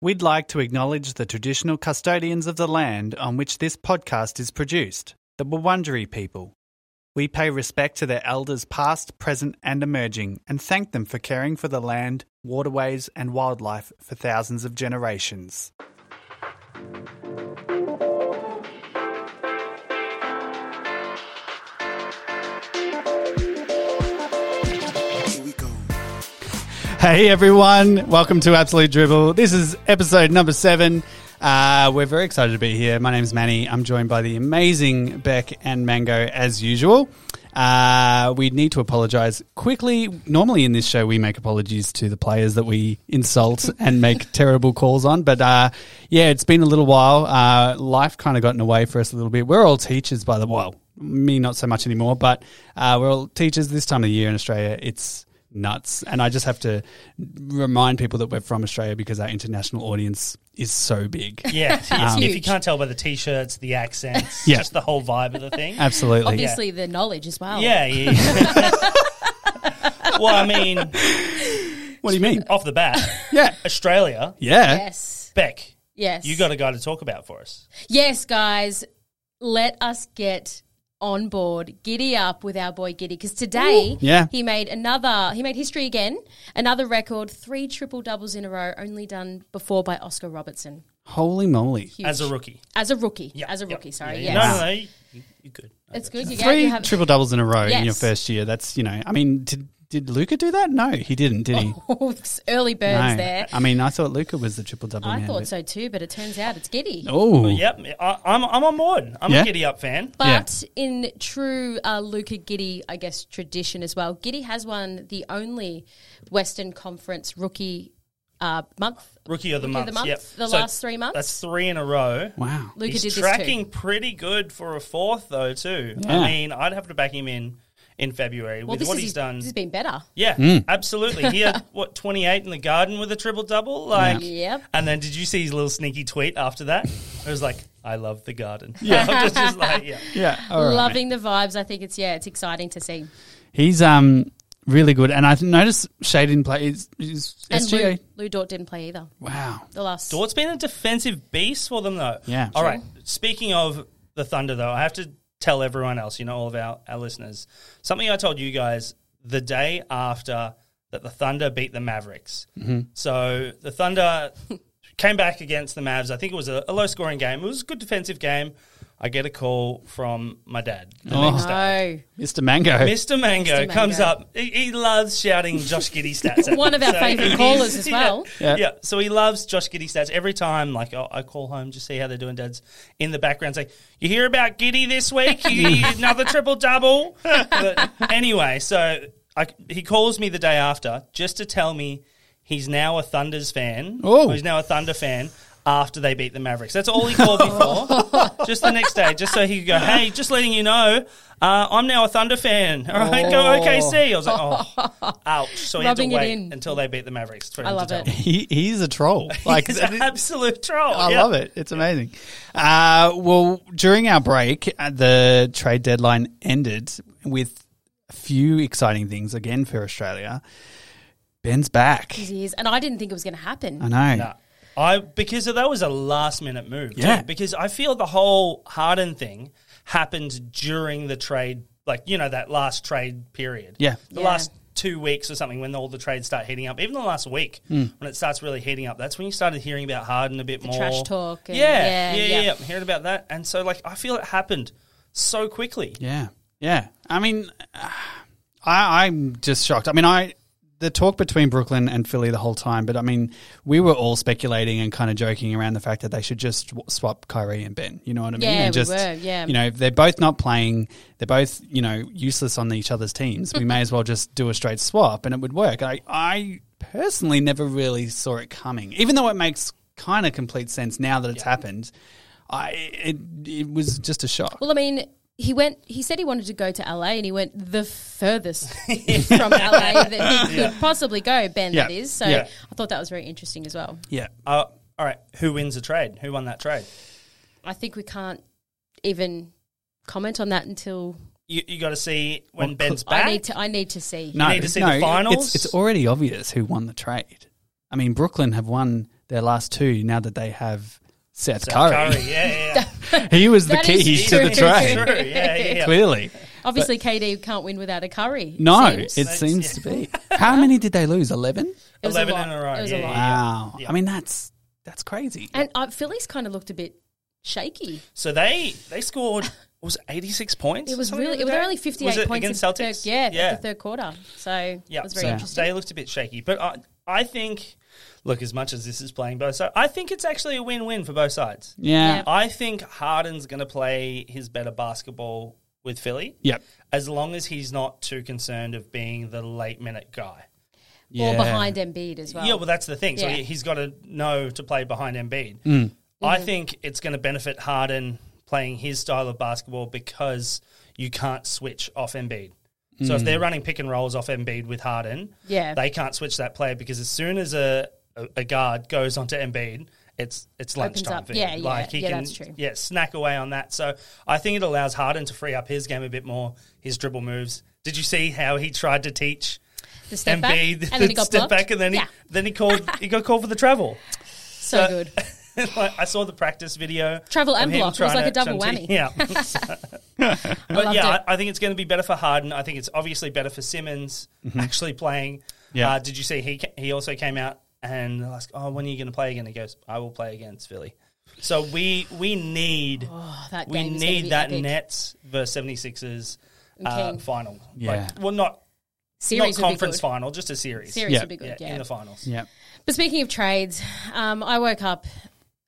We'd like to acknowledge the traditional custodians of the land on which this podcast is produced, the Wurundjeri people. We pay respect to their elders past, present, and emerging, and thank them for caring for the land, waterways, and wildlife for thousands of generations. Hey everyone, welcome to Absolute Dribble. This is episode number seven. Uh, we're very excited to be here. My name's Manny. I'm joined by the amazing Beck and Mango as usual. Uh, we need to apologize quickly. Normally in this show, we make apologies to the players that we insult and make terrible calls on. But uh, yeah, it's been a little while. Uh, life kind of got in the way for us a little bit. We're all teachers by the well, me not so much anymore, but uh, we're all teachers this time of year in Australia. It's nuts. And I just have to remind people that we're from Australia because our international audience is so big. Yeah, if- if you huge. can't tell by the t-shirts, the accents, Yeah. just the whole vibe of the thing. Absolutely. Obviously, the knowledge as well. Yeah, yeah. well, I mean, What do you mean? off the bat, Yeah. Australia, Yeah. Yes. Beck, Yes. you got a guy to talk about for us. Yes, guys. Let us get on board. Giddy up with our boy Giddy because today, Yeah. he made another. He made history again. Another record, three triple doubles in a row, only done before by Oscar Robertson Holy moly. Huge. As a rookie. as a rookie. Yeah, As a yeah, rookie. Sorry. yeah, Yes. yeah. No, no, no, you, you good. It's good. You, get, Three you have triple doubles in a row in Yes. your first year. That's, you know, I mean, did, did Luca do that? No, he didn't, did he? early birds No. Oh, there. I mean, I thought Luca was the triple double. I man, thought but- so too, but it turns out it's Giddy. Oh, Yep, I, I'm, I'm on board. I'm Yeah? a giddy up fan. But in true uh, Luca Giddy, I guess, tradition as well, Giddy has won the only Western Conference rookie uh, month. Rookie of the Rookie of month. the month, Yep. the last three months. That's three in a row. wow. Luca He's did this tracking too. pretty good for a fourth, though. Too. Yeah. I mean, I'd have to back him in in February Well, with this what is he's done. This has been better. Yeah, absolutely. He had what twenty eight in the garden with a triple double, like. Yep. And then did you see his little sneaky tweet after that? It was like, "I love the garden." Yeah, just, just like, yeah. Yeah, all right. Loving the vibes. I think it's, yeah, it's exciting to see. He's um really good, and I noticed Shade didn't play. Is, is And SGA? Lou, Lou Dort didn't play either. Wow. The last. Dort's been a defensive beast for them, though. Yeah. All right. Speaking of the Thunder, though, I have to tell everyone else, you know, all of our, our listeners, something I told you guys the day after that the Thunder beat the Mavericks. Mm-hmm. So the Thunder came back against the Mavs. I think it was a, a low scoring game. It was a good defensive game. I get a call from my dad the Oh. next day. No. Mr. Mango. Mr. Mango, Mr. Mango. comes up. He, he loves shouting Josh Giddy stats. at One me. of our favourite he's- callers as yeah, well. Yeah. Yeah. So he loves Josh Giddy stats. Every time, like I I call home, just see how they're doing. Dad's in the background saying, "You hear about Giddy this week? You, another triple double." But anyway, so I, he calls me the day after just to tell me he's now a Thunder's fan. Oh. he's now a Thunder fan. After they beat the Mavericks, that's all he called me for. just the next day, just so he could go, "Hey, just letting you know, uh, I'm now a Thunder fan." All right, go Oh. OKC. I was like, "Oh, ouch!" So he had to Rubbing it wait in. until they beat the Mavericks. for I him to love tell it. me. He, he's a troll. Like He's an absolute troll. I love it. It's amazing. Uh, well, during our break, uh, the trade deadline ended with a few exciting things again for Australia. Ben's back. It is. And I didn't think it was going to happen. I know. I because that was a last minute move. too, Yeah. because I feel the whole Harden thing happened during the trade, like you know that last trade period. Yeah. the Yeah. last two weeks or something when all the trades start heating up. Even the last week Hmm. when it starts really heating up, that's when you started hearing about Harden a bit more trash talk and- yeah, yeah, yeah, yeah. yeah, yeah. I'm hearing about that, and so like I feel it happened so quickly. Yeah, yeah. I mean, uh, I, I'm just shocked. I mean, I the talk between Brooklyn and Philly the whole time, but I mean, we were all speculating and kind of joking around the fact that they should just w- swap Kyrie and Ben. You know what I mean? Yeah, and we just, were, yeah. You know, if they're both not playing. They're both you know useless on each other's teams. we may as well just do a straight swap, and it would work. I, I personally never really saw it coming, even though it makes kind of complete sense now that it's happened. I it, it was just a shock. Well, I mean, he went. He said he wanted to go to LA, and he went the furthest from LA that he could possibly go. Ben, that Yeah. is. So Yeah. I thought that was very interesting as well. yeah. Uh, all right, who wins the trade? Who won that trade? I think we can't even comment on that until You, you got to see when Well, Ben's I back. need to. I need to see. need to see the finals? It's, it's already obvious who won the trade. I mean, Brooklyn have won their last two now that they have Seth, Curry. Curry. yeah, yeah. He was the That is key to true. the trade, True, yeah, yeah, yeah. clearly. Obviously, KD can't win without a curry. it No, seems. it seems to be. How many did they lose? 11? It was 11 lot. in a row, It was yeah, a lot. yeah. Wow. Yeah. I mean, that's that's crazy. And uh, Phillies kind of looked a bit shaky. So they they scored was eighty six points. It was Something really, the it was other day? only 58 Was it points against in Celtics. Third, yeah, yeah. the third quarter. So Yeah. it was very So- interesting. They looked a bit shaky, but I I think look as much as this is playing both sides, I think it's actually a win win for both sides. Yeah. Yeah. I think Harden's going to play his better basketball with Philly. Yep. As long as he's not too concerned of being the late minute guy. Yeah. Or behind Embiid as well. Yeah, well, that's the thing. So Yeah. he- he's got to know to play behind Embiid. I Mm-hmm. think it's going to benefit Harden playing his style of basketball because you can't switch off Embiid. So if they're running pick and rolls off Embiid with Harden, Yeah. they can't switch that player because as soon as a, a, a guard goes onto Embiid, it's it's lunchtime. up. for him. Yeah, yeah. like he Yeah, can that's true. yeah snack away on that. So I think it allows Harden to free up his game a bit more, his dribble moves. Did you see how he tried to teach? the step back. Embiid and then he got step blocked. back, and then Yeah. he then he called he got called for the travel. so uh, good. Like, I saw the practice video, Travel of and him block. It was trying like to- a double trying to- whammy. Yeah, but loved yeah, it. I, I think it's going to be better for Harden. I think it's obviously better for Simmons actually playing. Mm-hmm. Yeah. Uh, did you see he ca- he also came out and they're like, oh, when are you going to play again? He goes, I will play against Philly. So we we need Oh, that we game is gonna need be that epic. Nets versus 76ers uh, King. final. Yeah. Like, well, not series not would be conference good. final, just a series. Series Yeah. would be good. yeah, Yeah. in the finals. Yep. But speaking of trades, um, I woke up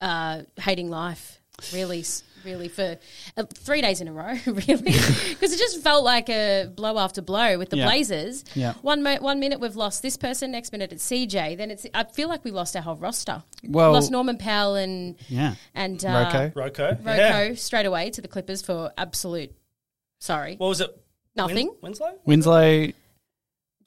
uh, hating life, really, s- really, for uh, three days in a row, really, because it just felt like a blow after blow with the Yeah. Blazers. Yeah. One, mo- one minute we've lost this person, next minute it's CJ. Then it's I feel like we lost our whole roster. Oh. Well- lost Norman Powell and Yeah. and uh, Roko. Roko. Roko Yeah. straight away to the Clippers for absolute. Sorry, What was it? Win- nothing. Winslow? Winslow,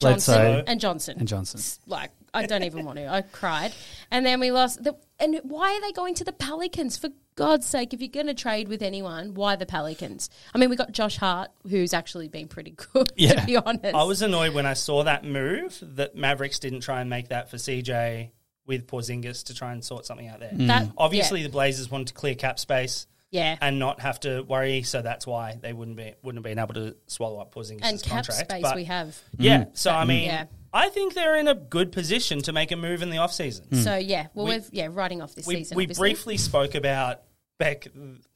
Johnson Bledsoe, and Johnson. and Johnson. like I don't even want to. I cried, and then we lost. The, and why are they going to the Pelicans? For God's sake, if you're going to trade with anyone, why the Pelicans? I mean, we got Josh Hart, who's actually been pretty good. Yeah. to be honest, I was annoyed when I saw that move that Mavericks didn't try and make that for CJ with Porzingis to try and sort something out there. that Obviously, the Blazers wanted to clear cap space Mm. yeah, yeah. and not have to worry, so that's why they wouldn't be wouldn't have been able to swallow up Porzingis' and, cap contract. space but we have. yeah, so I mean, Yeah. I think they're in a good position to make a move in the offseason. So yeah, well we, are yeah writing off this Hmm. we, season. we obviously. briefly spoke about Beck.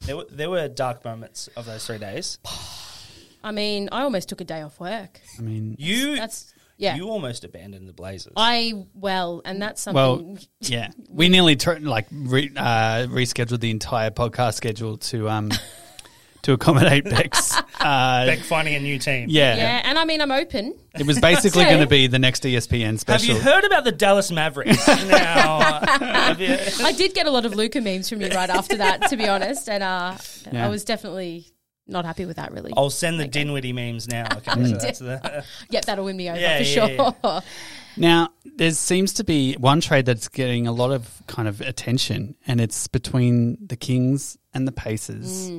There were, there were dark moments of those three days. I mean, I almost took a day off work. I mean, You That's yeah. you almost abandoned the Blazers. I well, and that's something. well, yeah. We nearly tr- like re- uh, rescheduled the entire podcast schedule to um to accommodate Beck's. Uh, Beck finding a new team. yeah. yeah. and I mean, I'm open. It was basically Okay. going to be the next E ESPN Have special. you heard about the Dallas Mavericks? now, uh, have you- I did get a lot of Luca memes from you right after that, to be honest, and uh, Yeah. I was definitely not happy with that. Really, I'll send the Dinwiddie memes now. Okay, so that's the, yep, that'll win me over Yeah, for yeah, yeah. sure. Now, there seems to be one trade that's getting a lot of kind of attention, and it's between the Kings and the Pacers.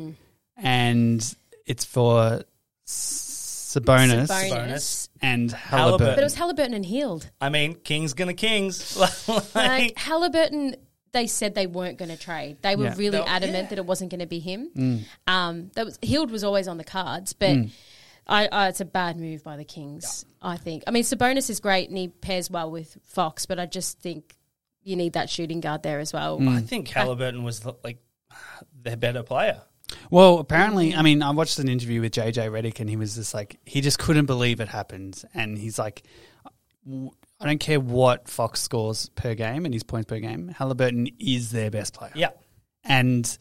And it's for S- Sabonis, Sabonis. Bonus. and Halliburton. Halliburton. But it was Halliburton and Healed. I mean, Kings gonna Kings. Like like, Halliburton, they said they weren't going to trade. They were Yeah. really No, adamant that it wasn't going to be him. Um, that was Healed was always on the cards, but. I, I, it's a bad move by the Kings, I think. I mean, Sabonis is great and he pairs well with Fox, but I just think you need that shooting guard there as well. I think Halliburton was like their better player. Well, apparently, I mean, I watched an interview with JJ Redick, and he was just like, he just couldn't believe it happened. And he's like, "W- I don't care what Fox scores per game and his points per game, Halliburton is their best player. Yeah, And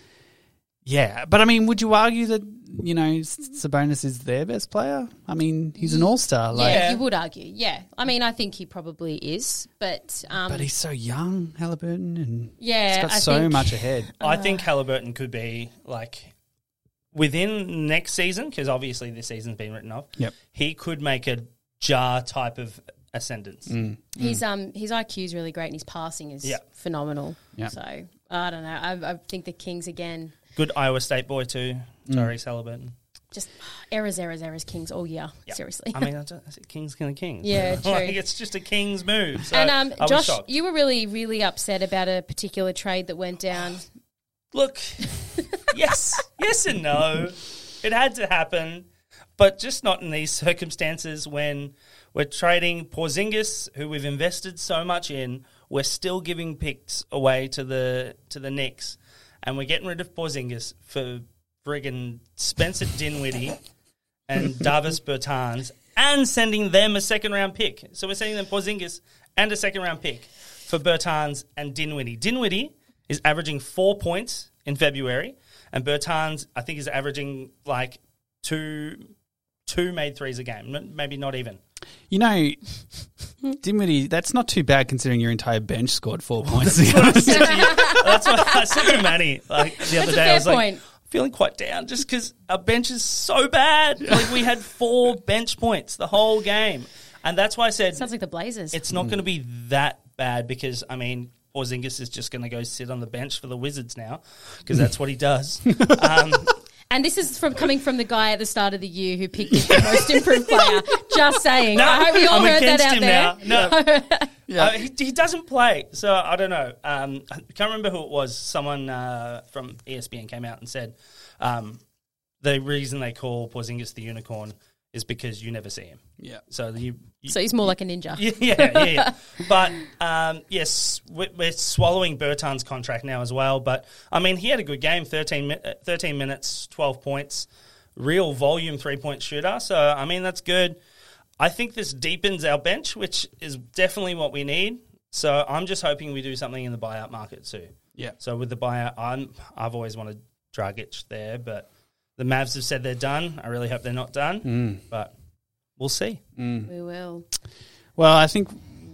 yeah, but I mean, would you argue that you know S- Sabonis is their best player? I mean, he's an all star, like, yeah, you would argue. Yeah, I mean, I think he probably is, but um, but he's so young, Halliburton, and yeah, he's got I so think, much ahead. I think Halliburton could be like within next season because obviously this season's been written off. Yep. he could make a jar type of ascendance. His um his IQ is really great, and his passing is Yeah. phenomenal. Yeah. So I don't know. I, I think the Kings again. Good Iowa State boy too, Tyrese Halliburton. Just errors, errors, errors, Kings all year. Seriously. I mean, I don't- I said king's gonna king. Yeah, true. like, it's just a king's move. So and um, I was Josh, shocked. you were really, really upset about a particular trade that went down. Look, yes, yes, and no. It had to happen, but just not in these circumstances when we're trading Porzingis, who we've invested so much in. We're still giving picks away to the to the Knicks, and we're getting rid of Porzingis for friggin' Spencer Dinwiddie and Davis Bertans, and sending them a second round pick. So we're sending them Porzingis and a second round pick for Bertans and Dinwiddie. Dinwiddie is averaging four points in February, and Bertans I think is averaging like two two made threes a game, M- maybe not even. You know, Dimity, that's not too bad considering your entire bench scored four points. That's what I said to Manny like the other That's a day. I fair was like, point. feeling quite down just because our bench is so bad. Like we had four bench points the whole game, and that's why I said Sounds like the Blazers. it's not going to be that bad because I mean Porzingis is just going to go sit on the bench for the Wizards now because that's what he does. um, and this is from coming from the guy at the start of the year who picked the most improved player. Just saying. I hope we all I'm heard that against out him there. now. No, Uh, he, he doesn't play, so I don't know. Um, I can't remember who it was. Someone uh, from ESPN came out and said um, the reason they call Porzingis the unicorn is because you never see him. yeah. So you, you So he's more like a ninja. yeah, yeah, yeah. But um, yes, we're, we're swallowing Bertan's contract now as well. But I mean, he had a good game 13, mi- uh, 13 minutes, 12 points, real volume three point shooter. So, I mean, that's good. I think this deepens our bench, which is definitely what we need. So, I'm just hoping we do something in the buyout market too. Yeah. So, with the buyout, I'm, I've always wanted Dragic there, but the Mavs have said they're done. I really hope they're not done, but we'll see. We will. Well, I think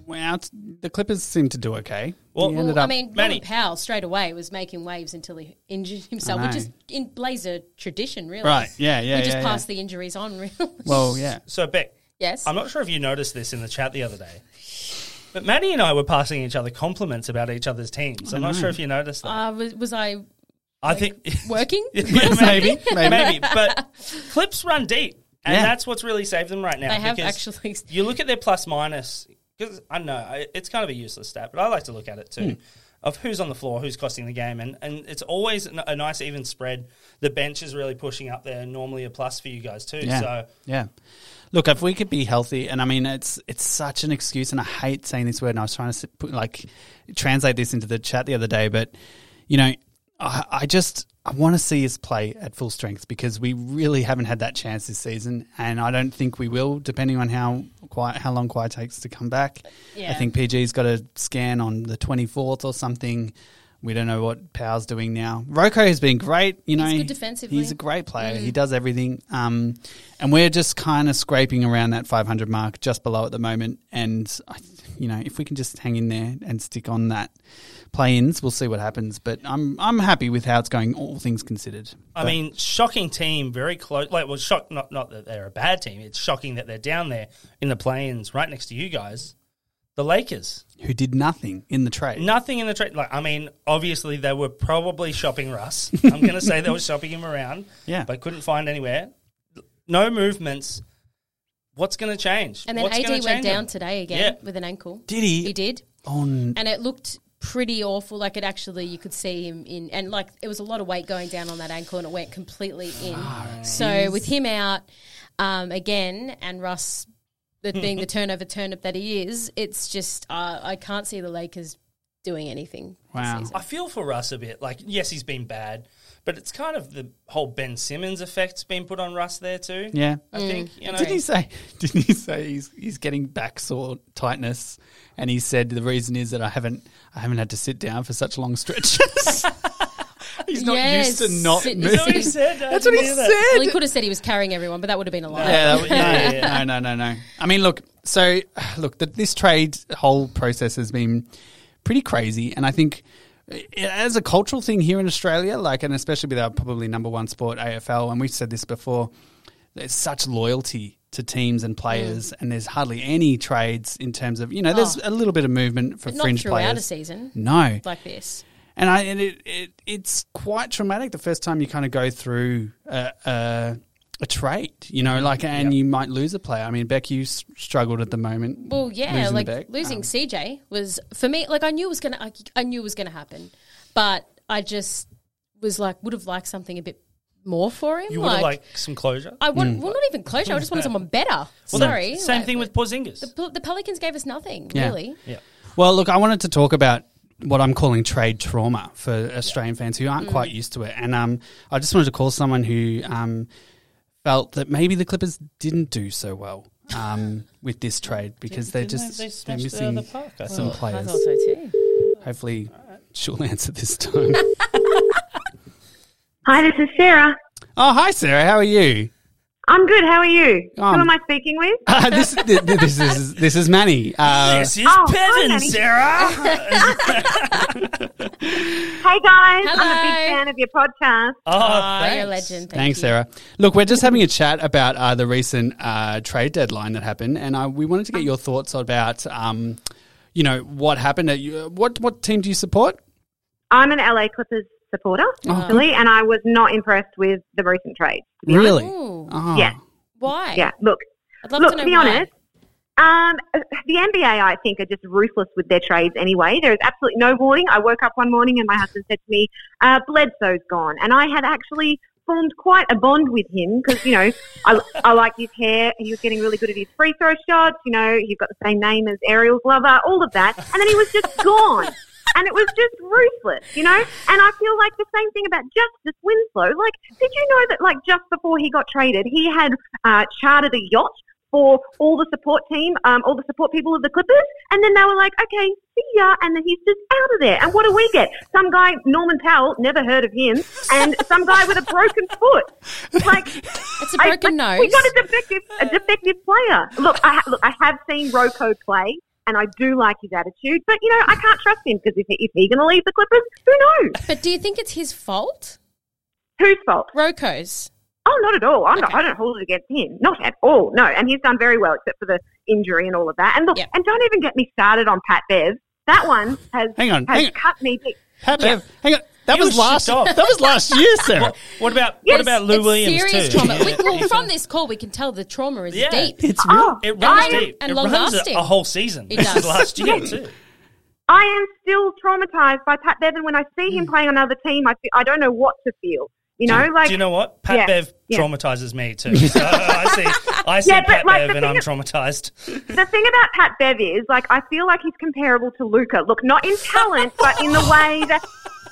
well, it's- the Clippers seem to do okay. Well- He Well, ended I up- mean, Manny. Norman Powell straight away was making waves until he injured himself, I which know. is in Blazer tradition, really. right? Yeah, yeah, we just yeah, pass yeah. the injuries on, really. Well, yeah. So, Beck, yes. I'm not sure if you noticed this in the chat the other day, but Maddie and I were passing each other compliments about each other's teams. I'm not sure if you noticed that. uh, was, was I I think working? Yeah, Maybe, maybe. maybe, but Clips run deep, and Yeah. that's what's really saved them right now. I have because actually. You look at their plus minus because I know I- it's kind of a useless stat, but I like to look at it too. Hmm. Of who's on the floor, who's costing the game, and, and it's always n- a nice even spread. The bench is really pushing up there, normally a plus for you guys too. Yeah. So yeah. Look, if we could be healthy, and I mean, it's it's such an excuse, and I hate saying this word. And I was trying to sit- put, like translate this into the chat the other day, but you know, I, I just I want to see us play at full strength because we really haven't had that chance this season, and I don't think we will, depending on how quiet, how long quiet takes to come back. I Yeah. think PG's got a scan on the twenty fourth or something. We don't know what Powell's doing now. Roko has been great, you know. He's good defensively. Mm-hmm. He's a great player. He does everything. Um, and we're just kind of scraping around that 500 mark, just below at the moment. And I, you know, if we can just hang in there and stick on that play-ins, we'll see what happens. But I'm I'm happy with how it's going, all things considered. I But- mean, shocking team, very close. Like, well, shock not not that they're a bad team. It's shocking that they're down there in the play-ins, right next to you guys, the Lakers. who did nothing in the trade? Nothing in the trade. Like, I mean, obviously they were probably shopping Russ. I'm going to say they were shopping him around, Yeah. but couldn't find anywhere. No movements. What's going to change? And then What's AD gonna went change down them? today again Yeah. with an ankle. Did he? He did. on And it looked pretty awful. Like it actually, you could see him in, and like it was a lot of weight going down on that ankle, and it went completely in. Ah, So with him out um, again, and Russ the, being the turnover turnip that he is, it's just uh, I can't see the Lakers doing anything. this Wow. season. I feel for Russ a bit. Like, yes, he's been bad, but it's kind of the whole Ben Simmons effect's been put on Russ there too. yeah. I think Mm. you know. Didn't he say? Didn't he say he's he's getting back sore tightness? And he said the reason is that I haven't I haven't had to sit down for such long stretches. he's not Yes. used to not Sit- Is that what he moving. said? I That's what he didn't hear that. said. Well, he could have said he was carrying everyone, but that would have been a lie. Yeah, that was, Yeah, no, yeah. no, no, no, no. I mean, look. So, look, that this trade whole process has been pretty crazy, and I think i- as a cultural thing here in Australia, like, and especially with our probably number one sport AFL, and we've said this before, there's such loyalty to teams and players, Mm. and there's hardly any trades in terms of you know, there's a little bit of movement for Oh. But not fringe throughout players. a season no, like this. and I and it, it it's quite traumatic the first time you kind of go through a, a, a trade, you know, like, and you might lose a player. I mean, Beck, you s- struggled at the moment. Well, yeah, losing like Beck. losing Um, CJ was for me. Like I knew it was gonna, I, I knew it was gonna happen, but I just was like, would have liked something a bit more for him. You would have like some closure. I Mm. want, well, not even closure. I just wanted someone better. Sorry, Same Like, thing with Porzingis. Pel- The Pelicans gave us nothing Yeah. really. Yeah. Well, look, I wanted to talk about what I'm calling trade trauma for Australian fans who Mm. aren't quite used to it, and um, I just wanted to call someone who um, felt that maybe the Clippers didn't do so well um, with this trade because they're Didn't just they, they are smashed it out missing of the park. I some thought. players. so too. Hopefully, she'll answer this time. Hi, this is Sarah. oh, hi, Sarah. How are you? I'm good. How are you? Um, Who am I speaking with? Uh, this, th- th- this is this is Manny. Uh, This is Oh, hi, Bevan, Nanny. Sarah. Oh, Hey, guys. I'm a Hello. big fan of your podcast. oh, Oh, you're a legend. Thank Thanks, you. Sarah. Look, we're just having a chat about uh, the recent uh, trade deadline that happened, and uh, we wanted to get your thoughts about, um, you know, what happened. At you, what what team do you support? I'm an LA Clippers supporter, actually, and I was not impressed with the recent trade. to be Really? Ooh. Oh. Yeah. Why? honest. Yeah, look, I'd love look, to know to be why. honest, um, the NBA, I think, are just ruthless with their trades anyway. There is absolutely no warning. I woke up one morning and my husband said to me, uh, Bledsoe's gone. And I had actually formed quite a bond with him because, you know, I, I liked his hair. He was getting really good at his free throw shots. You know, he's got the same name as Ariel's lover, all of that. And then he was just gone. And it was just ruthless, you know? And I feel like the same thing about Justice Winslow. Like, did you know that, like, just before he got traded, he had uh, chartered a yacht for all the support team, um, all the support people of the Clippers. And then they were like, okay, see ya. And then he's just out of there. And what do we get? Some guy, Norman Powell, never heard of him, and some guy with a broken foot. Like, It's a I- broken I- nose. We got a defective, a defective player. Look, I, ha- look, I have seen Rocco play. And I do like his attitude, but you know I can't trust him because if, he- if he's going to leave the Clippers, who knows? But do you think it's his fault? Whose fault? Roko's. Oh, not at all. I'm not, I don't hold it against him. Not at all. No. And he's done very well, except for the injury and all of that. And look, Yep. and don't even get me started on Pat Bev. That one has Hang on, has hang on. cut me deep. Hap- Hang on. That You were was shipped last. off. That was last year, Sarah. What about Yes, what about Lou it's Williams serious too? trauma. We, Yeah. well, from this call, we can tell the trauma is Yeah. deep. It's real. Oh, It runs I am- deep. and it long runs a- lasting. A, whole season. It This is does. last year too. I am still traumatized by Pat Bev, and when I see Mm. him playing another team, I, feel, I don't know what to feel. You know, like Do you know what? Pat Yeah, Bev yeah. traumatizes me too. So uh, I see, I see Yeah, but Pat like the Bev, and thing I'm is- traumatized. the thing about Pat Bev is, like, I feel like he's comparable to Luca. Look, not in talent, but in the way that.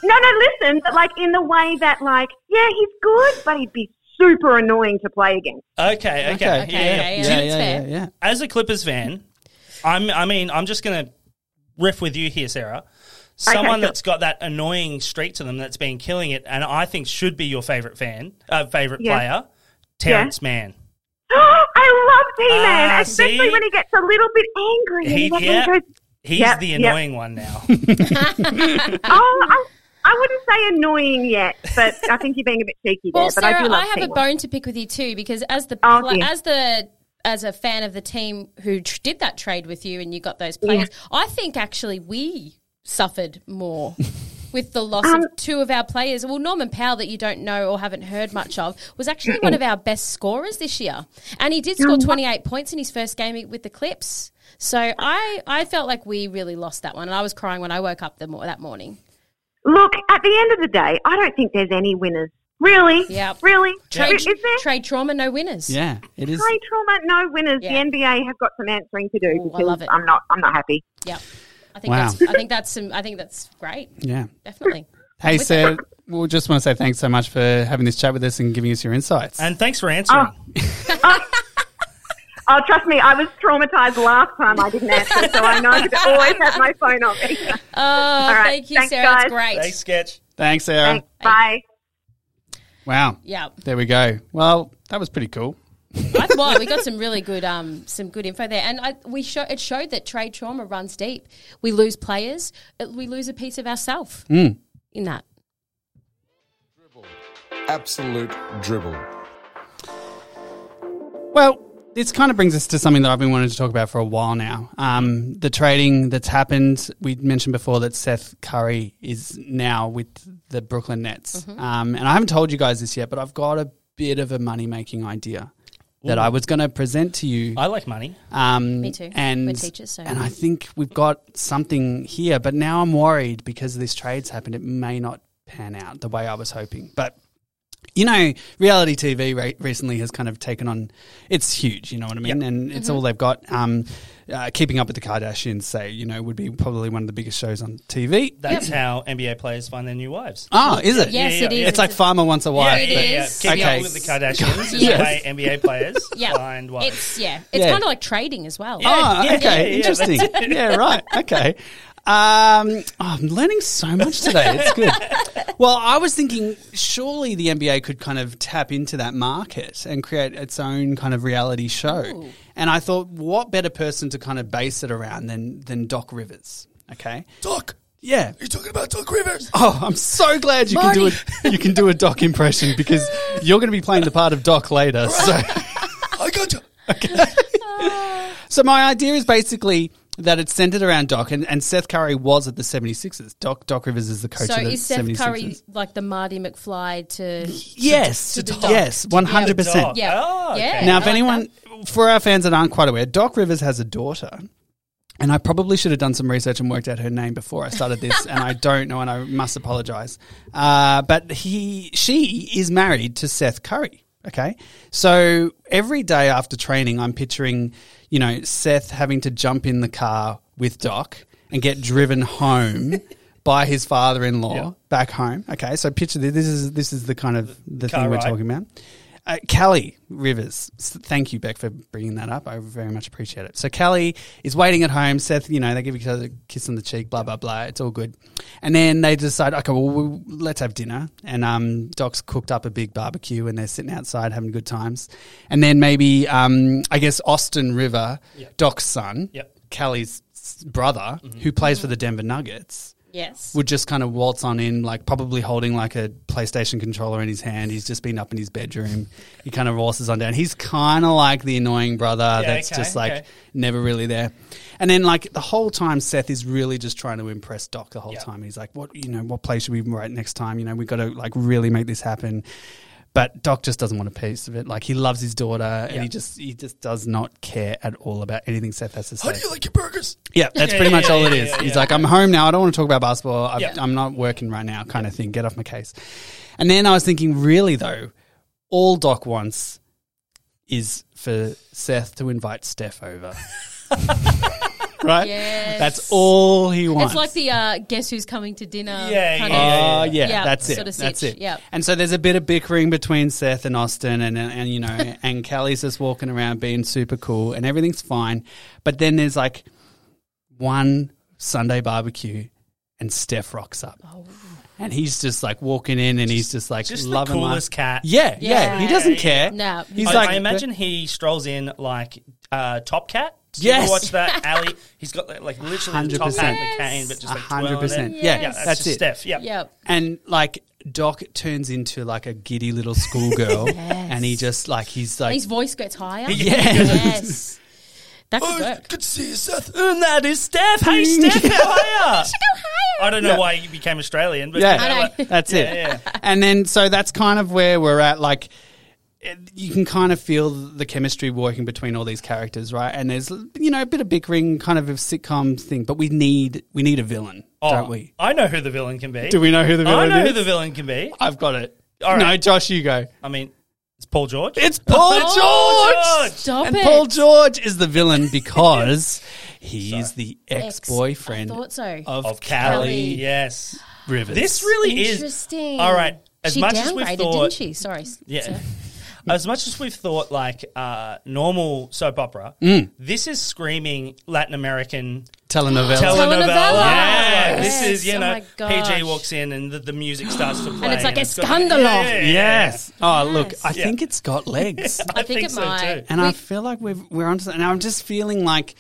No, no, listen, but like in the way that, like, yeah, he's good, but he'd be super annoying to play against. Okay, okay, yeah, Okay, yeah. yeah, yeah. yeah, It's yeah, fair. yeah. As a Clippers fan, I'm. I mean, I'm just gonna riff with you here, Sarah. Someone sure. that's got that annoying streak to them that's been killing it, and I think should be your favorite fan, uh, favorite Yeah. player, Terrence Mann. I love T Man, Ah, especially see? when he gets a little bit angry. and He- he, like, yeah. goes, He's Yep, the yep. annoying one now. oh, I, I wouldn't say annoying yet, but I think you're being a bit cheeky there. Well, but Sarah, I do I, love have a T-Man. bone to pick with you too, because as the Oh, pla- dear. as the as a fan of the team who tr- did that trade with you, and you got those players, I think actually we suffered more. With the loss Um, of two of our players, well, Norman Powell, that you don't know or haven't heard much of, was actually one of our best scorers this year, and he did score twenty eight points in his first game with the Clips. So I, I felt like we really lost that one, and I was crying when I woke up the, mo- that morning. Look, at the end of the day, I don't think there's any winners. Really? Yep. Really? Trade, Is there? trade trauma, no winners. Yeah, it is. Play trauma, no winners. Yeah. The NBA have got some answering to do. Ooh, I because love it. I'm not. I'm not happy. Yeah, I think Wow. that's I think that's some, I think that's great. Yeah. Definitely. Hey, Sarah. We just want to say thanks so much for having this chat with us and giving us your insights. And thanks for answering. Oh, trust me, I was traumatized last time I didn't answer, so I know to always have my phone on me. Oh, right. thank you, Thanks, Sarah. guys. It's great. Thanks, Sketch. thanks, Sarah. Thanks. Bye. Wow. Yeah. There we go. Well, that was pretty cool. I thought we got some really good um some good info there. And I we show it showed that trade trauma runs deep. We lose players, it- we lose a piece of ourselves Mm. in that. Absolute dribble. Well, this kind of brings us to something that I've been wanting to talk about for a while now. Um, the trading that's happened. We mentioned before that Seth Curry is now with the Brooklyn Nets, um, and I haven't told you guys this yet, but I've got a bit of a money making idea that I was going to present to you. I like money. Um, Me too. And, We're teachers, so- And I think we've got something here, but now I'm worried because this trade's happened. It may not pan out the way I was hoping. But, you know, reality TV re- recently has kind of taken on, it's huge, you know what I mean? And it's Mm-hmm. all they've got. Um, uh, Keeping Up with the Kardashians, say, you know, would be probably one of the biggest shows on TV. That's how NBA players find their new wives. Oh, is it? Yes, yeah, it yeah. is. It's like Farmer Wants a Wife. it but- is. Keeping Okay. up with the Kardashians is Yes. the way NBA players yeah. find wives. It's yeah. It's Yeah. kind of like trading as well. Oh, Yeah, yeah, okay. yeah, Interesting. Yeah, right. Okay. Um, oh, I'm learning so much today. It's good. well, I was thinking surely the NBA could kind of tap into that market and create its own kind of reality show. And I thought, what better person to kind of base it around than than Doc Rivers? Okay. Doc. Yeah. You're talking about Doc Rivers. Oh, I'm so glad you can do it. You can do a Doc impression because you're going to be playing the part of Doc later. So. I got you. So my idea is basically that it's centered around Doc, and, and Seth Curry was at the 76ers. Doc Doc Rivers is the coach So of the is Seth 76ers. Curry like the Marty McFly to? yes, to the Doc. yes, one hundred percent. Yeah. Oh, okay. Yeah. Now, I if like anyone for our fans that aren't quite aware, Doc Rivers has a daughter. And I probably should have done some research and worked out her name before I started this, and I don't know, and I must apologize. Uh, but he, she is married to Seth Curry. Okay, so every day after training, I'm picturing, you know, Seth having to jump in the car with Doc and get driven home by his father-in-law back home. Okay, so picture this. This is this is the kind of the Car thing we're ride. talking about. Uh, Callie Rivers, S- thank you, Beck, for bringing that up. I very much appreciate it. So Callie is waiting at home. Seth, you know, they give each other a kiss on the cheek, blah blah blah. It's all good, and then they decide, okay, well, we let's have dinner. And um, Doc's cooked up a big barbecue, and they're sitting outside having good times. And then maybe, um, I guess, Austin River, Doc's son, Yep. Callie's s- brother, who plays for the Denver Nuggets Yes. would just kind of waltz on in, like probably holding like a PlayStation controller in his hand. He's just been up in his bedroom. He kind of waltzes on down. He's kind of like the annoying brother Yeah, that's okay, just like okay. never really there. And then like the whole time, Seth is really just trying to impress Doc the whole Yeah. time. He's like, "What you know? What play should we write next time? You know, we got to like really make this happen." But Doc just doesn't want a piece of it. Like he loves his daughter, and he just he just does not care at all about anything Seth has to say. How do you like your burgers? Yeah, that's Yeah, pretty yeah, much yeah, all it yeah, is. yeah, He's yeah. like, I'm home now. I don't want to talk about basketball. I've, Yeah. I'm not working right now, kind of thing. Get off my case. And then I was thinking, really, though, all Doc wants is for Seth to invite Steph over. right? Yes. That's all he wants. It's like the uh, guess who's coming to dinner. Yeah, kind yeah, of. Oh yeah, Yeah, that's it. sort of that's sitch, it. yeah. And so there's a bit of bickering between Seth and Austin, and and, you know, and Callie's just walking around being super cool, and everything's fine. But then there's like one Sunday barbecue, and Steph rocks up, Oh. and he's just like walking in, and he's just like Just the loving coolest life. cat. Yeah, yeah, Yeah. he doesn't care. No. he's I, like I imagine he strolls in like uh, Top Cat. Did Yes. You ever watch that alley? He's got like, like literally the top hat and the 100%. cane, but just like hundred 100%. percent. Yeah, Yeah, Yes. that's, that's just it. Steph. Yeah. Yep. And like Doc turns into like a giddy little schoolgirl, and he just like he's like His voice gets higher. Yeah. Yes. That could Oh, work. good to see you, Seth. And that is Steph. Hey, Mm. Steph, how are you? I don't know why you became Australian, but Yeah. you know I know. what? That's it. Yeah, And then, so that's kind of where we're at. Like, it- you can kind of feel the chemistry working between all these characters, right? And there's, you know, a bit of bickering, kind of a sitcom thing. But we need we need a villain, don't we? I know who the villain can be. Do we know who the Oh. I villain know is? who the villain can be. I've got it. All No, right. Josh, you go. I mean, it's Paul George. It's Paul Paul George. George! Stop and it. Paul George is the villain because he is the ex-boyfriend I thought so. of, of Callie. Callie Yes. Rivers. This really is Interesting. All right. As she much as we've downgraded, thought, didn't she? Sorry. Yeah. As much as we've thought like uh, normal soap opera, Mm. this is screaming Latin American telenovela. telenovela. Telenovela. Yeah, like, Yes. this is you Oh know my gosh. PG walks in and the, the music starts to play, it's like got- Escándalo. Yes. Oh, look, I Yeah. think it's got legs. I, think, it so might. too. And I feel like we've, we're onto that. And I'm just feeling like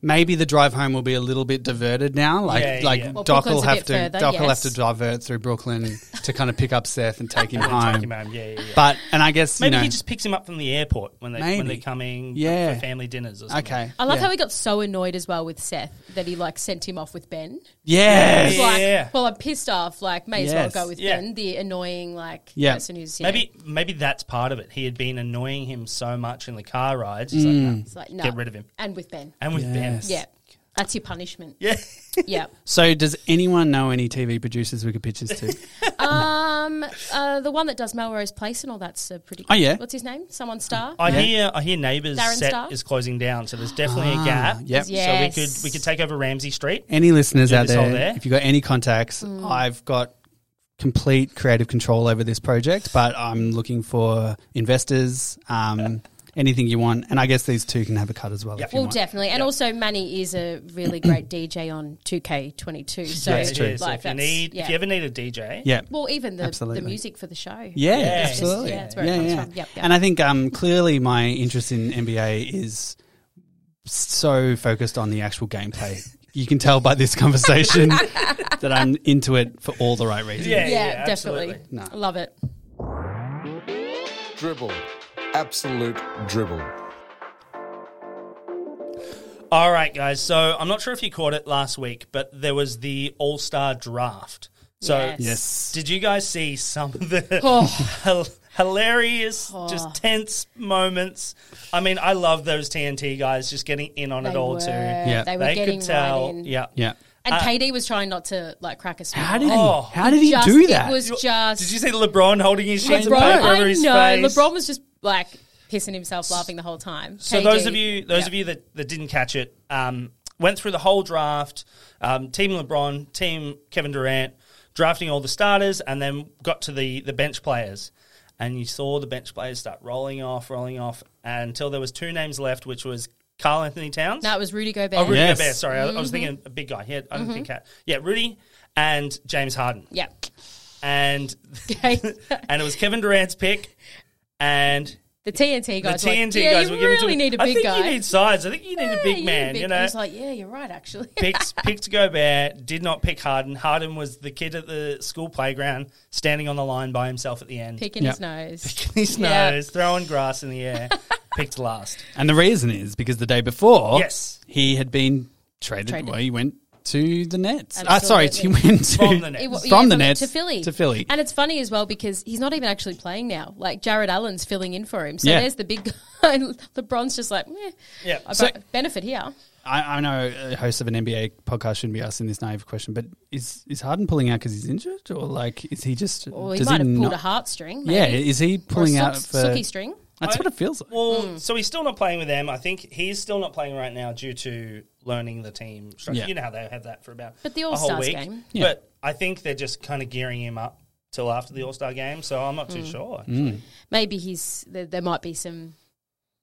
maybe the drive home will be a little bit diverted now. Like Yeah, yeah, like yeah. Well, Doc will Brooklyn's a have bit to further, Doc will have yes. to divert through Brooklyn to kind of pick up Seth and take him home. Take him home. Yeah, yeah, yeah. But and I guess Maybe you know, he just picks him up from the airport when they when Maybe. they're coming Yeah. for family dinners or something. okay. I love yeah. how he got so annoyed as well with Seth that he like sent him off with Ben. Yes. It's like, Yeah. well, I'm pissed off. Like, may as Yes. well go with Yeah. Ben, the annoying like Yeah. person who's you know, Maybe maybe that's part of it. He had been annoying him so much in the car rides. He's like, it's "Nah." like no, Get rid of him. and with Ben. and with Mm. Yes. Yeah, that's your punishment. Ben, yeah, Yeah. So does anyone know any TV producers we could pitch this to? um, uh, the one that does Melrose Place and all that's uh, pretty. Oh, yeah. What's his name? Someone star. I hear I hear neighbours Darren set Star? is closing down, so there's definitely a gap. Ah, yep. Yes. So we could we could take over Ramsey Street. any listeners Yeah, out this there, whole there. if you've got any contacts, Mm. I've got complete creative control over this project, but I'm looking for investors, um, anything you want. And I guess these two can have a cut as well. If you well, want. definitely, and also Manny is a really great DJ on 2K22. So That's true. Yeah, so if you that's- need yeah. if you ever need a DJ, Yeah. well, even the Absolutely. the music for the show. Yeah, Yeah, it's just- absolutely. yeah, that's where it comes from. Yep, yep. And I think um, clearly my interest in NBA is so focused on the actual gameplay. You can tell by this conversation that I'm into it for all the right reasons. Yeah, yeah, definitely. absolutely. No. I Love it. Dribble. Absolute dribble. All right, guys. So I'm not sure if you caught it last week, but there was the All Star Draft. So Yes. Yes. Did you guys see some of the Oh. hil- hilarious, just tense moments? I mean, I love those TNT guys just getting in on it all too. Yeah. They were getting right in. Yeah. Uh, Yeah. And KD was trying not to like crack a smile. How did he? Oh. how did he Just- do that? It was just. Did you see LeBron holding his sheets of LeBron, paper I over his know. face? LeBron was just like pissing himself, laughing the whole time. So KD those of you, those yeah. of you that, that didn't catch it, um, went through the whole draft. Um, team LeBron, team Kevin Durant, drafting all the starters, and then got to the the bench players. And you saw the bench players start rolling off, rolling off, until there was two names left, which was Carl Anthony Towns. No, it was Mm-hmm. Rudy Gobert. oh, Rudy Yes. Gobert. Sorry, I- I, was thinking a big guy. Yeah, I didn't think. I- Yeah, Rudy and James Harden. Yeah. And Okay. and it was Kevin Durant's pick, and The TNT guys. the were TNT like, yeah, guys you were giving really to need a I big think guy. you need size. I think you need Yeah, a you big need man. big- You know, He's like, yeah, you're right, actually. picked picked Gobert, did not pick Harden. Harden was the kid at the school playground, standing on the line by himself at the end, Picking his Yeah. nose. his Yeah. nose, throwing grass in the air. picked last. And the reason is because the day before, Yes. he had been traded. Traded. Well, he went to the Nets. Absolutely. Ah, sorry, he went to From the Nets. It wa- From the it- Nets to Philly to Philly. and it's funny as well because he's not even actually playing now. Like Jared Allen's filling in for him, so Yeah. there's the big guy. And LeBron's just like, meh, Yeah. I So- be- benefit here. I, I know a host of an NBA podcast shouldn't be asking this naive question, but is is Harden pulling out because he's injured, or like is he just? Or he does might have pulled not- a heartstring. Yeah, maybe. is he or a pulling out sook- for? sookie string. That's what it feels like. Well, Mm. so he's still not playing with them. I think he's still not playing right now due to learning the team structure. Yeah. You know how they had that for about But the a whole All-Stars week. game. Yeah. But I think they're just kind of gearing him up till after the All Star game. So I'm not too Mm. sure. Maybe he's there, there might be some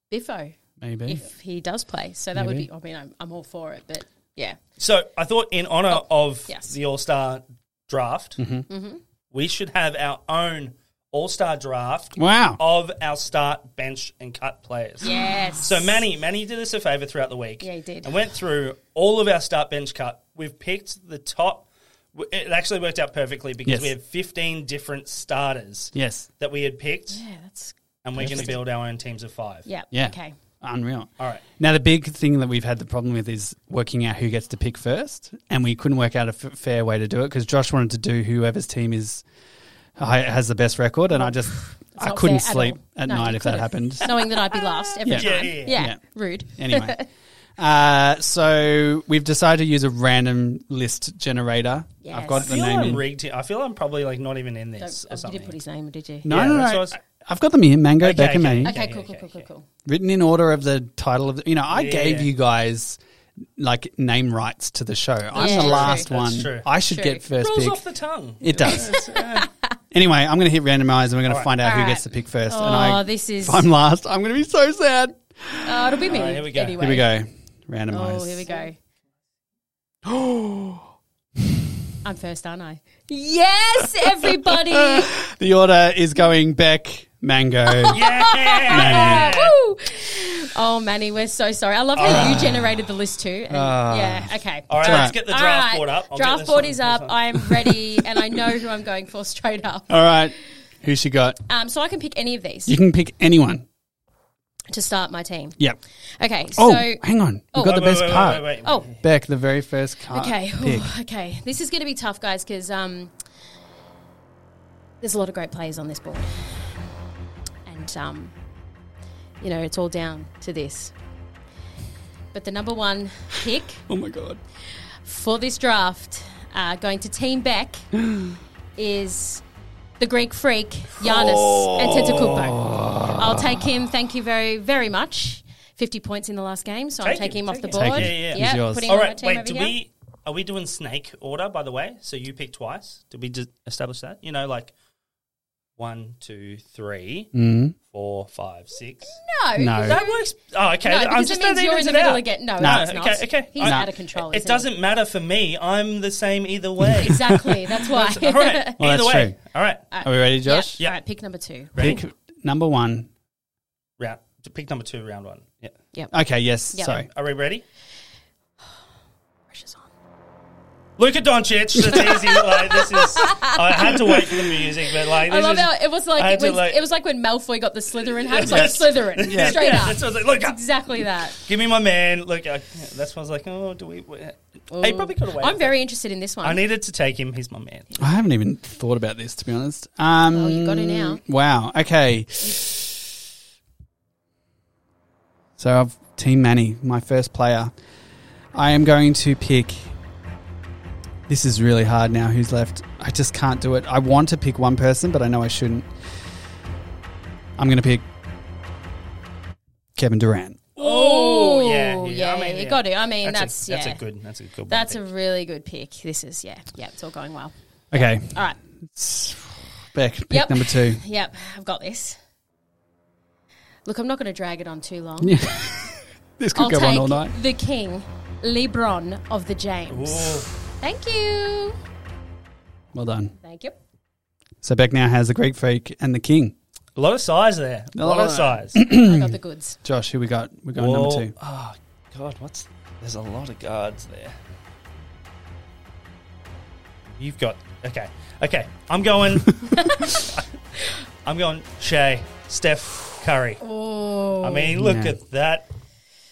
biffo Maybe. if he does play. So that Maybe. would be. I mean, I'm, I'm all for it, but yeah, So I thought, in honor of Oh, yes. the All Star draft, Mm-hmm. we should have our own All Star draft wow. of our start, bench, and cut players. yes. So Manny, Manny did us a favor throughout the week. Yeah, he did. And went through all of our start, bench, cut. We've picked the top. It actually worked out perfectly because Yes. we have 15 different starters Yes. that we had picked, Yeah, that's and we're going to build our own teams of five. yeah. Yeah. Okay. Unreal. All right. Now the big thing that we've had the problem with is working out who gets to pick first, and we couldn't work out a f- fair way to do it because Josh wanted to do whoever's team is hi- has the best record, and I just I not couldn't fair at sleep all. at, No, night you if that couldn't. happened. Knowing that I'd be last every Yeah. Yeah, time. yeah, Yeah, yeah. Yeah. Rude. anyway, uh, so we've decided to use a random list generator. I've Yes. got I the feel name. I'm in. rigged. Here. I feel I'm probably like not even in Don't- this or you something. didn't put his name, did you? no, Yeah, no, that's no, what I was- I've got them here. Mango, Okay, Beck, and okay. Manny. Okay. Yeah, cool. yeah, Cool. yeah, Cool. Cool. yeah. Cool. written in order of the title of the, you know i gave Yeah. you guys like name rights to the show i'm Yeah, the true. last That's one true. i should True. get first Rolls pick off the tongue. it does anyway i'm going to hit randomize and we're going to find out who Alright. gets to pick first Oh, and I, this is. if i'm last i'm going to be so sad oh, it'll be me. Alright, here we go. Anyway. here we go Oh, randomize here we go. I'm first, aren't I? Yes, everybody. the order is going beck mango Yeah. Woo! Oh, Manny, we're so sorry. I love how Ah. you generated the list too. And yeah, okay. All right, Alright. let's get the draft Alright, board up. I'll get draft this board one. is This up. one. I'm ready, and I know who I'm going for straight up. All right. Who she got? Um, so I can pick any of these You can pick anyone. to start my team. Yep. Okay, so Oh, hang on. We Oh. got the Wait, best wait, wait, part. wait, wait. oh, Beck, the very first card. okay, Pick. Ooh, okay. This is going to be tough, guys, because um, there's a lot of great players on this board, and um, you know it's all down to this. But the number one pick Oh my god. for this draft, uh, going to Team Beck, is the Greek freak, Giannis Oh. Antetokounmpo. I'll take him. Thank you very, very much. 50 points in the last game, so I'm Take taking him, him off take the him. board. Take him. Yeah, He's yours. putting All him on right, my team wait. Do over here. we are we doing snake order by the way? So you pick twice. Did we d- establish that? You know, like one, two, three, Mm-hmm. four, five, six. No. No. That works. Oh, okay. No, I'm because just it means that you're in evens the it middle out. again. No, No. it's not. Okay, okay. He's No. out of control. It isn't doesn't matter for me. I'm the same either way. Exactly. That's why. All right. Well, either that's way. true. All right. Are we ready, Uh, Yeah. Josh? Yeah. All right, pick number two. Ready? Pick number one. Round. Pick number two, round one. Yeah. Okay, yes. Yeah. Sorry. Are we ready? Pressure's on. Luka Doncic. That's easy. like this is. I had to wait for the music, but like this I love is. how it was I like, had to, when, like- it was like when Malfoy got the Slytherin hat. It's like Slytherin, straight yeah, up. That's what I was like. Luka, exactly that. give me my man. Look, I, that's what I was like. Oh, do we? He Ooh. probably could have waited. Oh. I'm very interested in this one. I needed to take him. He's my man. I haven't even thought about this, to be honest. Um, Well, Oh, you got it now. Wow. Okay. So I've Team Manny, my first player. I am going to pick. This is really hard now. Who's left? I just can't do it. I want to pick one person, but I know I shouldn't. I'm going to pick Kevin Durant. Oh, yeah, yeah. yeah, I mean, you yeah. got to. I mean, that's, a, yeah. that's a good. That's a good. That's a one really good pick. This is yeah, yeah. It's all going well. Okay, All right. Beck, pick Yep. number two. Yep. I've got this. Look, I'm not going to drag it on too long. This could I'll go on take all night. the king, LeBron of the James. Thank you. Well done. Thank you. So Beck now has the Greek Freak and the King. a lot of size there. A lot of size. I got the goods. Josh, who we got? We're going Whoa. Oh. number two. Oh God, what's there's a lot of guards there. You've got okay, okay. I'm going. I'm going. Shay, Steph, Curry. Oh, I mean, look Yeah. at that.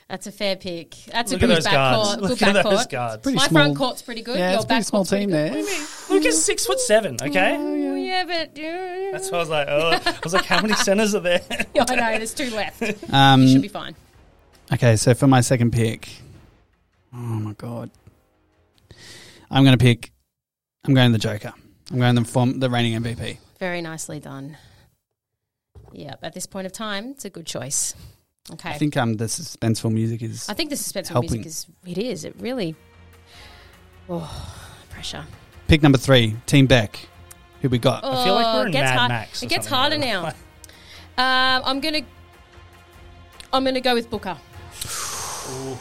that's a fair pick. That's Look a at good those backcourt. guards. Good Look at those backcourt. guards. Pretty My small. front court's pretty good. Yeah, Your it's a pretty back small court's pretty team good. there. Look at six foot seven. Okay. Oh, yeah, but yeah. That's why I was like, oh, I was like, how many centers are there? Yeah, I know. There's two left. Should Um, be fine. okay, so for my second pick, oh my god, I'm going to pick. I'm going the Joker. I'm going the form, the reigning MVP. Very nicely done. Yep. At this point of time, it's a good choice. Okay. I think um the suspenseful music is. I think the suspenseful helping. music is it is it really. Oh, pressure. Pick number three, Team Beck. Who we got? Oh, I feel like we're it in gets Mad hard- Max. or It gets something. harder now. um, I'm gonna. I'm gonna go with Booker. I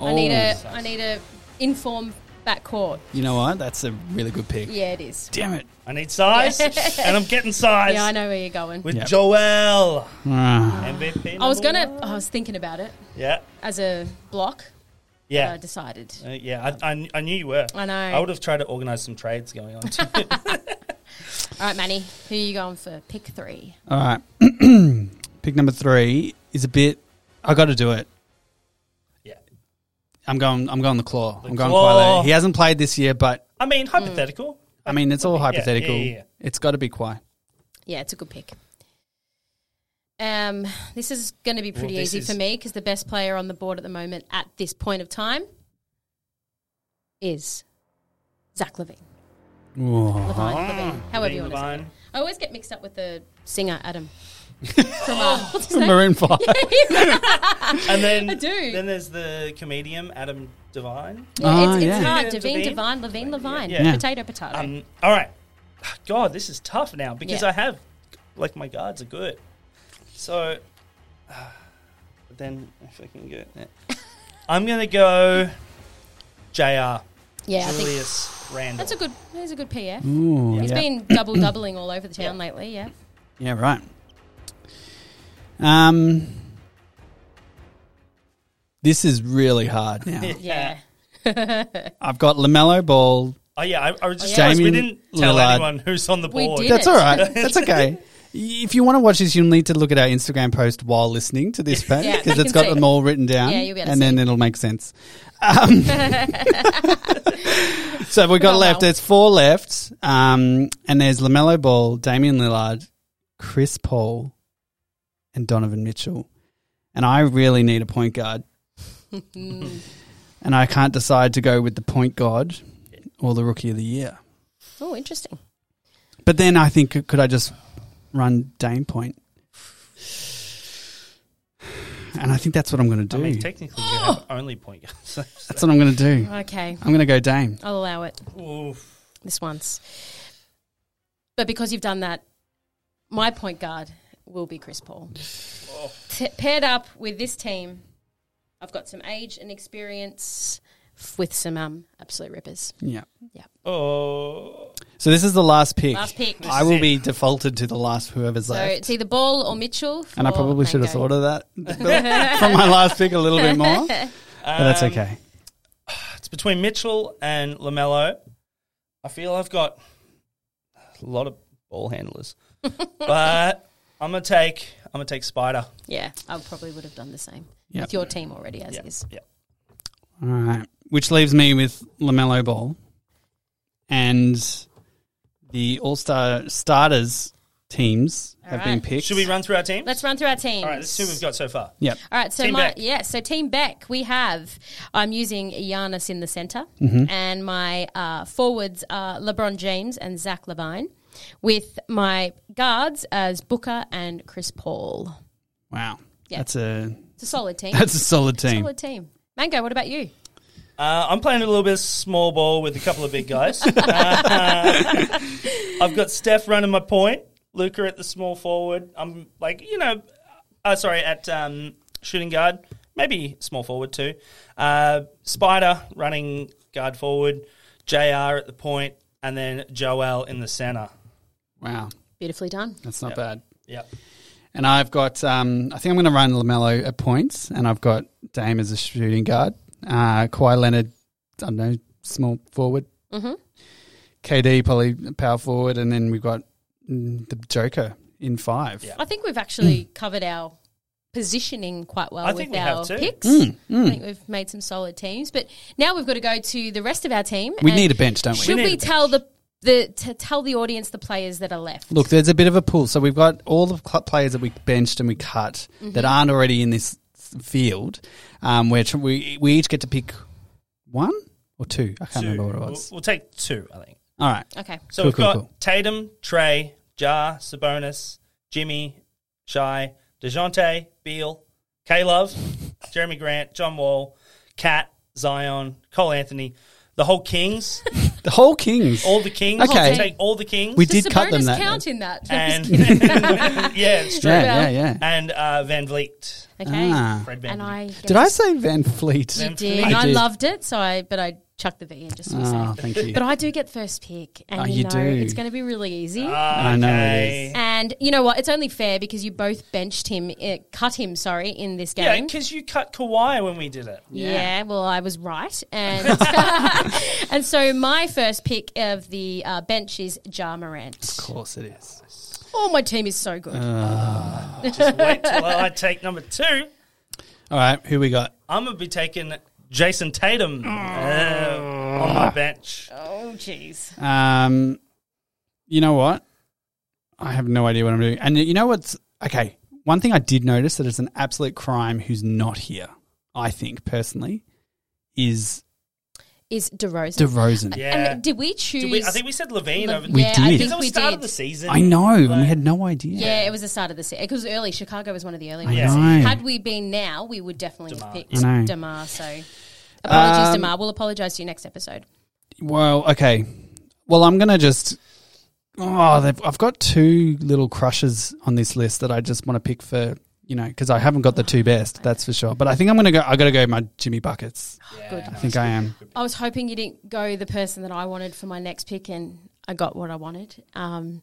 Oh, need a. I need a informed backcourt. You know what? That's a really good pick. Yeah, it is. Damn it! I need size, and I'm getting size Yeah, I know where you're going. with Yep. Joel Ah, MVP. I was number gonna. one. I was thinking about it Yeah, as a block. But I yeah, decided. Uh, yeah. I, I, I knew you were. I know. I would have tried to organize some trades going on. Too. All right, Manny, who are you going for? Pick three. All right. pick number three is a bit. I got to do it. yeah. I'm going. I'm going the claw. I'm going Claw. Quayle. He hasn't played this year, but I mean, hypothetical. I mean, it's all hypothetical. yeah, yeah. It's got to be Quai. Yeah, it's a good pick. Um, this is going to be pretty this easy for is- me because the best player on the board at the moment at this point of time is Zach Levine. Levine, Levine, however you want to say. it. Ah, Levine. I always get mixed up with the singer Adam from uh, what's his name? Maroon Five. And then I do. Then there's the comedian Adam Devine. Yeah, Oh, it's, it's yeah. hard. Devine, Devine, Devine. Devine, Levine, Levine. Yeah. Potato, potato. Um, all right. God, this is tough now because Yeah. I have, like, my guards are good. So, ah, but then if I can get it, I'm going to go JR, yeah, I think Julius Randall. that's a good. That's a good PF. Ooh, He's yeah. been double doubling all over the town lately. Yeah. yeah, right. Um, This is really hard now. Yeah. I've got LaMelo Ball. Oh yeah, I, I was just yeah. surprised we Damien didn't tell Lillard. anyone who's on the We board. did. That's all right. That's okay. If you want to watch this, you'll need to look at our Instagram post while listening to this page Yeah, because you it's can got see. them all written down. Yeah, you'll be able to and then see. it'll make sense. Um, so we've got Oh, left. well. There's four left. Um, and there's LaMelo Ball, Damian Lillard, Chris Paul, and Donovan Mitchell. And I really need a point guard. and I can't decide to go with the point guard or the rookie of the year. Oh, interesting. But then I think could I just run Dame Point? And I think that's what I'm going to I do. mean, technically, you Oh. have only point guards. that's what I'm going to do. Okay. I'm going to go Dame. I'll allow it Oof. this once. But because you've done that, my point guard will be Chris Paul. Oh. T- paired up with this team, I've got some age and experience f- with some um, absolute rippers. Yeah. Oh, So this is the last pick. Last pick. I will be defaulted to the last whoever's So left. it's either Ball or Mitchell. and I for probably should have Mango. thought of that from my last pick a little bit more. But that's okay. it's between Mitchell and Lamelo. I feel I've got a lot of ball handlers, but I'm gonna take I'm gonna take Spider. Yeah, I probably would have done the same Yep. with your team already as Yeah, is. yeah. All right. Which leaves me with LaMelo Ball and the All Star starters teams have been right. picked. Should we run through our team? Let's run through our team. All right, let's see what we've got so far. Yep. All right, so Team my Beck. yeah, so team Beck we have. I'm using Giannis in the center, Mm-hmm. and my uh, forwards are LeBron James and Zach Levine, with my guards as Booker and Chris Paul. Wow. Yeah. That's a It's a solid team. that's a solid team. solid team. Mango, what about you? Uh, I'm playing a little bit of small ball with a couple of big guys. I've got Steph running my point, Luca at the small forward. I'm like, you know, uh, sorry, at um, shooting guard, maybe small forward too. Uh, Spider running guard forward, JR at the point, and then Joel in the center. Wow. Beautifully done. That's not bad. Yep. And I've got um, I think I'm going to run Lamelo at points, and I've got Dame as a shooting guard. Uh, Kawhi Leonard, I don't know, small forward. Mm-hmm. KD probably power forward, and then we've got mm, the Joker in five. Yeah. I think we've actually Mm. covered our positioning quite well I with think we our have too. picks. Mm, I think we've made some solid teams, but now we've got to go to the rest of our team. We and need a bench, don't we? Should We we, need a tell the the to tell the audience the players that are left? Look, there's a bit of a pool. So we've got all the cl- players that we benched and we cut that aren't already in this field. Um, where tr- we we each get to pick one or two. I can't remember what it We'll, was. we'll take two, I think. All right. Okay. So Cool, we've cool, got cool. Tatum, Trey, Jar, Sabonis, Jimmy, Shy, DeJounte, Beal, K Love, Jeremy Grant, John Wall, Cat, Zion, Cole Anthony, the whole Kings, The whole Kings. all the Kings. Okay. Take all the Kings. We Does did cut them Sabonis that count day. in that? and yeah, it's true. yeah, yeah, yeah. And uh, Van Vliet. okay. Ah. Fred Van And Vliet. I Did I say Van Fleet? You Van did. Fleet. and I I did. loved it, so I but I chucked the V in just to be Oh, safe. thank you. But I do get first pick, and Oh, you, you know do. it's going to be really easy. Ah. I know it is. and you know what? It's only fair because you both benched him, uh, cut him. Sorry, in this Yeah, game. because you cut Kawhi when we did it. Yeah. well, I was right, and and so my first pick of the uh, bench is Ja Morant. Of course Uh. it is. Oh, my team is so good. Just wait till I take number two. All right, who we got? I'm gonna be taking Jason Tatum uh, on Ah. my bench. oh, jeez. Um, you know what? I have no idea what I'm doing. And you know what's okay? One thing I did notice that it's an absolute crime who's not here. I think personally is Is DeRozan? DeRozan. Yeah. And did we choose? Did we, I think we said Levine Le- over. We yeah, did. I Because think that was we start of did. the season. I know, and we Like, had no idea. Yeah, it was the start of the season. It was early. Chicago was one of the early I ones. know. Had we been now, we would definitely have picked I know. Demar. So apologies, Um, Demar. We'll apologise to you next episode. Well, okay. Well, I'm gonna just. Oh, they've- I've got two little crushes on this list that I just want to pick for you know because I haven't got the two best. That's for sure. But I think I'm gonna go. I gotta go my Jimmy buckets. Good. I think I am. I was hoping you didn't go the person that I wanted for my next pick, and I got what I wanted um,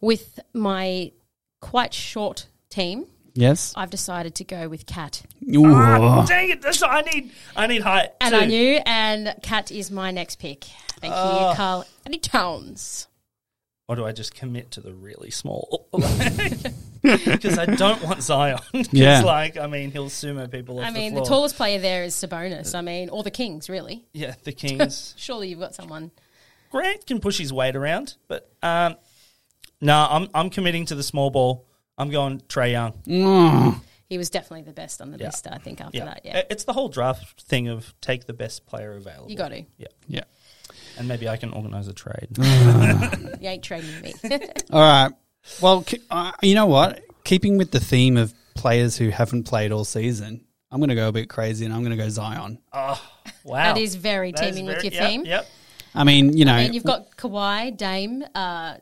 with my quite short team. Yes. I've decided to go with Cat. Ah, Ooh. dang it! That's, I need I need height. And too. I knew, and Cat is my next pick. Thank Ah. you, Carl. Any Towns. Or do I just commit to the really small? Because I don't want Zion. 'Cause, Yeah. like I mean, he'll sumo people. Off I mean, the, the, floor. tallest player there is Sabonis. I mean, or the Kings, really. Yeah, the Kings. Surely you've got someone. Grant can push his weight around, but um, no, I'm I'm committing to the small ball. I'm going Trey Young. Mm. He was definitely the best on the list, I think, after yeah. that. Yeah. I- it's the whole draft thing of take the best player available. You got to. Yeah, Yeah. and maybe I can organize a trade. Mm. Eh. You ain't trading me. All right. Well, ke- uh, you know what? Keeping with the theme of players who haven't played all season, I'm going to go a bit crazy and I'm going to go Zion. wow, that is very That is teaming very- with your yep, theme. Yep. I mean, you know, And you've got Kawhi, Dame, uh,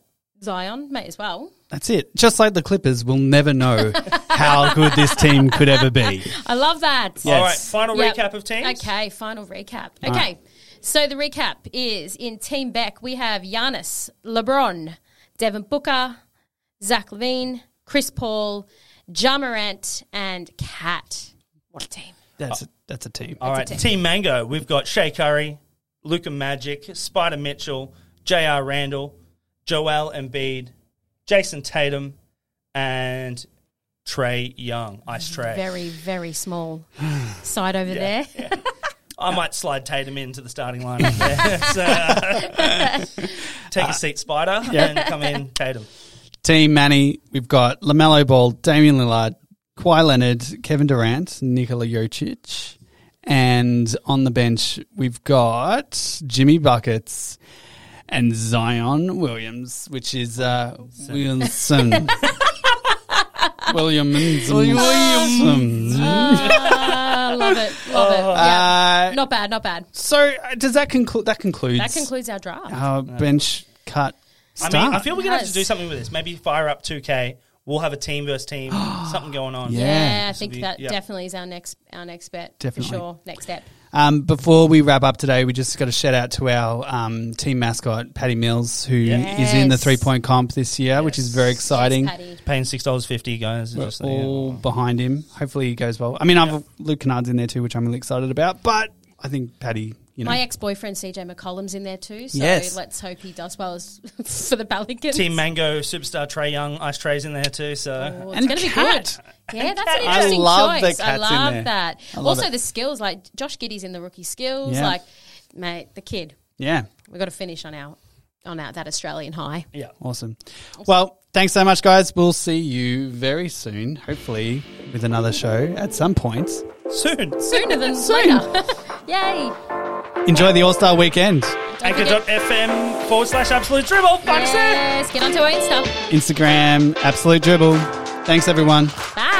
Zion, mate, as well. that's it. Just like the Clippers, we'll never know how good this team could ever be. I love that. Yeah. Yes. All right, final Yep. recap of teams. Okay, final recap. Okay. So the recap is in Team Beck, we have Giannis, LeBron, Devin Booker, Zach Levine, Chris Paul, Ja Morant, and Kat. What a team. That's a, that's a team. All right, Team Mango. We've got Shea Curry, Luca Magic, Spider Mitchell, J.R. Randall, Joel Embiid, Jason Tatum, and Trey Young. Ice Trey. Very, very small side over there. I might slide Tatum into the starting line up there. so, uh, take a seat, Spider, and come in, Tatum. Team Manny, we've got LaMelo Ball, Damian Lillard, Kawhi Leonard, Kevin Durant, Nikola Jokic. And on the bench, we've got Jimmy Buckets and Zion Williams, which is uh, Williamson. Williamson. Williamson. Ah, love it. Love it. Yeah. Uh, Not bad, not bad. so uh, does that conclude? That concludes. That concludes our draft. our bench cut. I Start. mean, I feel we're going to have to Yes. do something with this. Maybe fire up 2K. We'll have a team versus team, something going on. Yeah. yeah, I This will think be- that yeah. definitely is our next our next bet Definitely. for sure. Next step. Um, before we wrap up today, we just got to shout out to our um, team mascot, Patty Mills, who is in the Yes. three point comp this year, which is very exciting. Thanks, Paddy. Paying $6.50, guys. Just- yeah. All behind him. Hopefully he goes well. I mean, I've Luke Kennard's in there too, which I'm really excited about, but I think Patty, you know. My ex boyfriend CJ McCollum's in there too, so Yes. let's hope he does well as, for the Pelicans. Team Mango superstar Trey Young, Ice Trey's in there too. So Oh, And it's gonna Cat. be good. Yeah, that's Cat. an I interesting love choice. that I Cat's in love there. that. I love also it. the skills, like Josh Giddy's in the rookie skills, Yeah. like mate, the kid. yeah, We've got to finish on our on our that Australian high. yeah, awesome. Well, thanks so much, guys. We'll see you very soon, hopefully, with another show at some point. soon. Sooner than later. Yay. Enjoy the All Star weekend. Anchor.fm forward slash absolute dribble. Fuck's sake. Yes, get onto our Insta. Instagram, Absolute Dribble. Thanks, everyone. Bye.